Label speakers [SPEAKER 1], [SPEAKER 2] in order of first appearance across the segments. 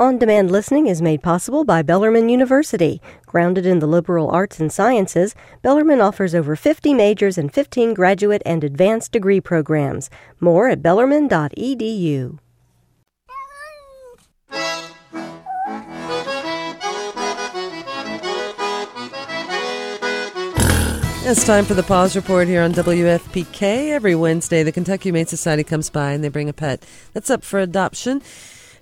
[SPEAKER 1] On demand listening is made possible by Bellarmine University. Grounded in the liberal arts and sciences, Bellarmine offers over 50 majors and 15 graduate and advanced degree programs. More at E bellarmine.edu.
[SPEAKER 2] It's time for the pause report here on WFPK. Every Wednesday, the Kentucky Humane Society comes by and they bring a pet that's up for adoption.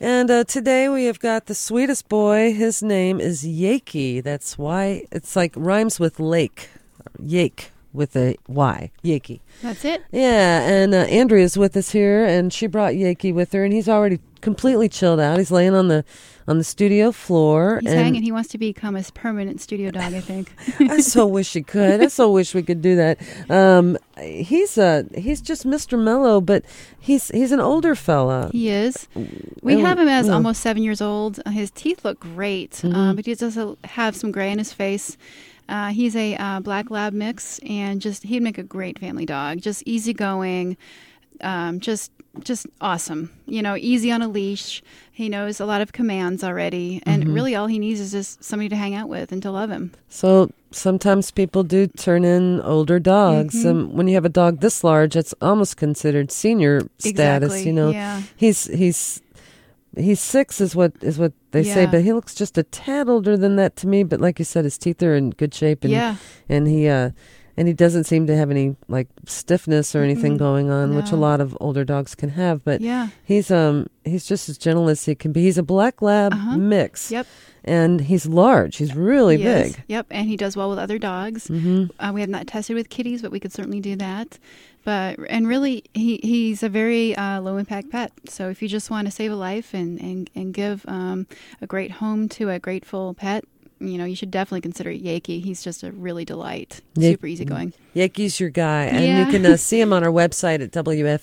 [SPEAKER 2] And uh, today we have got the sweetest boy. His name is Yakey. That's why it's like rhymes with lake. Yake with a Y. Yakey.
[SPEAKER 3] That's it.
[SPEAKER 2] Yeah, and uh, Andrea's with us here, and she brought Yakey with her, and he's already completely chilled out. He's laying on the on the studio floor.
[SPEAKER 3] He's
[SPEAKER 2] and
[SPEAKER 3] hanging. He wants to become his permanent studio dog, I think.
[SPEAKER 2] I so wish he could. I so wish we could do that. Um, he's a he's just Mr. Mellow, but he's he's an older fella.
[SPEAKER 3] he is. We
[SPEAKER 2] Oh,
[SPEAKER 3] have him as
[SPEAKER 2] yeah. Mm-hmm.
[SPEAKER 3] almost seven years old. Uh, His teeth look great, uh, but he does uh, have some gray in his face. Uh, he's a uh, black lab mix, and just he'd make a great family dog. Just easygoing, um, just just awesome. You know, easy on a leash. He knows a lot of commands already, and
[SPEAKER 2] Mm-hmm.
[SPEAKER 3] really all he needs is just somebody to hang out with and to love him.
[SPEAKER 2] So sometimes people do turn in older dogs.
[SPEAKER 3] Mm-hmm.
[SPEAKER 2] Um, when you have a dog this large, it's almost considered senior status.
[SPEAKER 3] Exactly,
[SPEAKER 2] You know,
[SPEAKER 3] yeah.
[SPEAKER 2] he's he's he's six is what is what they say,
[SPEAKER 3] Yeah.
[SPEAKER 2] but he looks just a tad older than that to me. But like you said, his teeth are in good shape, and
[SPEAKER 3] Yeah.
[SPEAKER 2] and he uh and he doesn't seem to have any like stiffness or anything going on, which a
[SPEAKER 3] No.
[SPEAKER 2] lot of older dogs can have. But
[SPEAKER 3] Yeah.
[SPEAKER 2] he's um he's just as gentle as he can be. He's a black lab
[SPEAKER 3] Uh-huh.
[SPEAKER 2] mix.
[SPEAKER 3] Yep.
[SPEAKER 2] And he's large. He's really
[SPEAKER 3] He is.
[SPEAKER 2] big. Mm-hmm.
[SPEAKER 3] Yep, and he does well with other dogs. Uh, we have not tested with kitties, but we could certainly do that. But and really, he, he's a very uh, low impact pet. So if you just want to save a life and and and give um, a great home to a grateful pet, you know you should definitely consider Yakey. He's just a really delight.
[SPEAKER 2] Yak-
[SPEAKER 3] Super easygoing.
[SPEAKER 2] Yankee's your guy. And you
[SPEAKER 3] Yeah.
[SPEAKER 2] can uh, see him on our website at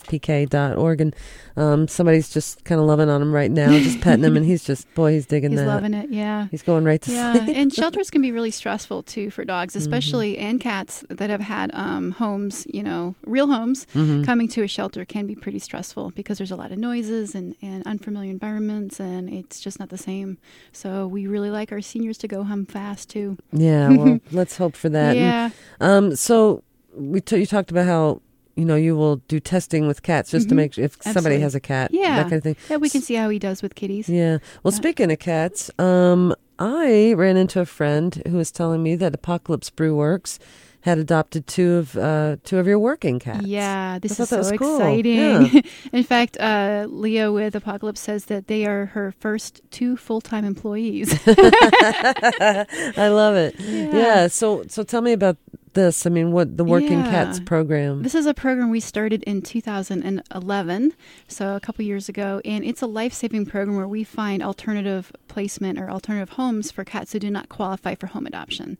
[SPEAKER 2] wfpk.org. And um, somebody's just kind of loving on him right now, just petting him. And he's just, boy, he's digging
[SPEAKER 3] He's
[SPEAKER 2] that.
[SPEAKER 3] loving it. Yeah.
[SPEAKER 2] He's going right to
[SPEAKER 3] yeah,
[SPEAKER 2] sleep.
[SPEAKER 3] and shelters can be really stressful too for dogs,
[SPEAKER 2] Mm-hmm.
[SPEAKER 3] especially and cats that have had um, homes, you know, real homes.
[SPEAKER 2] Mm-hmm.
[SPEAKER 3] Coming to a shelter can be pretty stressful because there's a lot of noises and, and unfamiliar environments, and it's just not the same. So we really like our seniors to go home fast too.
[SPEAKER 2] Yeah, well, let's hope for that. And,
[SPEAKER 3] Yeah.
[SPEAKER 2] um, so we t- you talked about how, you know, you will do testing with cats just to make sure if somebody
[SPEAKER 3] Mm-hmm. Absolutely.
[SPEAKER 2] has a cat,
[SPEAKER 3] Yeah,
[SPEAKER 2] that kind of thing.
[SPEAKER 3] Yeah, we can see how he does with kitties.
[SPEAKER 2] Yeah. Well, speaking of cats, um, I ran into a friend who was telling me that Apocalypse Brew Works had adopted two of uh, two of your working cats.
[SPEAKER 3] Yeah, this
[SPEAKER 2] I
[SPEAKER 3] is
[SPEAKER 2] thought that
[SPEAKER 3] so
[SPEAKER 2] was cool.
[SPEAKER 3] exciting.
[SPEAKER 2] Yeah.
[SPEAKER 3] In fact, uh, Leo with Apocalypse says that they are her first two full time employees.
[SPEAKER 2] I love it. Yeah. So so tell me about this. I mean, what the Working
[SPEAKER 3] Yeah.
[SPEAKER 2] Cats program?
[SPEAKER 3] This is a program we started in 2011, so a couple years ago, and it's a life saving program where we find alternative placement or alternative homes for cats who do not qualify for home adoption.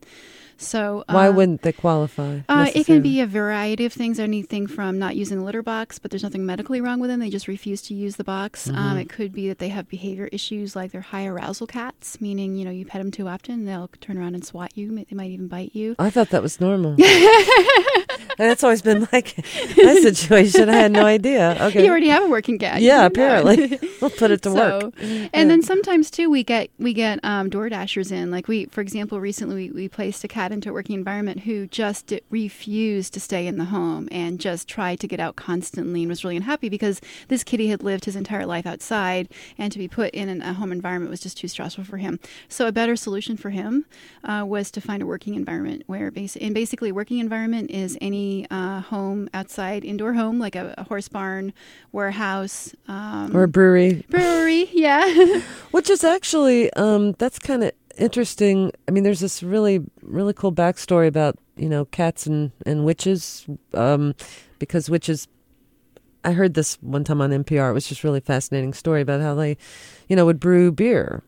[SPEAKER 3] So,
[SPEAKER 2] Why
[SPEAKER 3] uh,
[SPEAKER 2] wouldn't they qualify?
[SPEAKER 3] uh, it can
[SPEAKER 2] necessarily?
[SPEAKER 3] be a variety of things, anything from not using the litter box, but there's nothing medically wrong with them. They just refuse to use the box.
[SPEAKER 2] Mm-hmm.
[SPEAKER 3] Um, it could be that they have behavior issues, like they're high arousal cats, meaning you know you pet them too often, they'll turn around and swat you. They might even bite you.
[SPEAKER 2] I thought that was normal. and that's always been like my situation. I had no idea. Okay.
[SPEAKER 3] You already have a working cat. You
[SPEAKER 2] yeah,
[SPEAKER 3] don't know it.
[SPEAKER 2] apparently. we'll put it to work.
[SPEAKER 3] And then sometimes too, we get we get um, DoorDashers in. Like we, for example, recently we, we placed a cat into a working environment who just di- refused to stay in the home and just tried to get out constantly and was really unhappy because this kitty had lived his entire life outside and to be put in an, a home environment was just too stressful for him. So a better solution for him uh, was to find a working environment where, basi- and basically, a working environment is any uh, home outside, indoor home like a, a horse barn, warehouse. Um,
[SPEAKER 2] Or a brewery.
[SPEAKER 3] brewery yeah
[SPEAKER 2] Which is actually um, that's kind of interesting. I mean, there's this really really cool backstory about you know cats and and witches um, because witches. I heard this one time on NPR. It was just really fascinating story about how they, you know, would brew beer.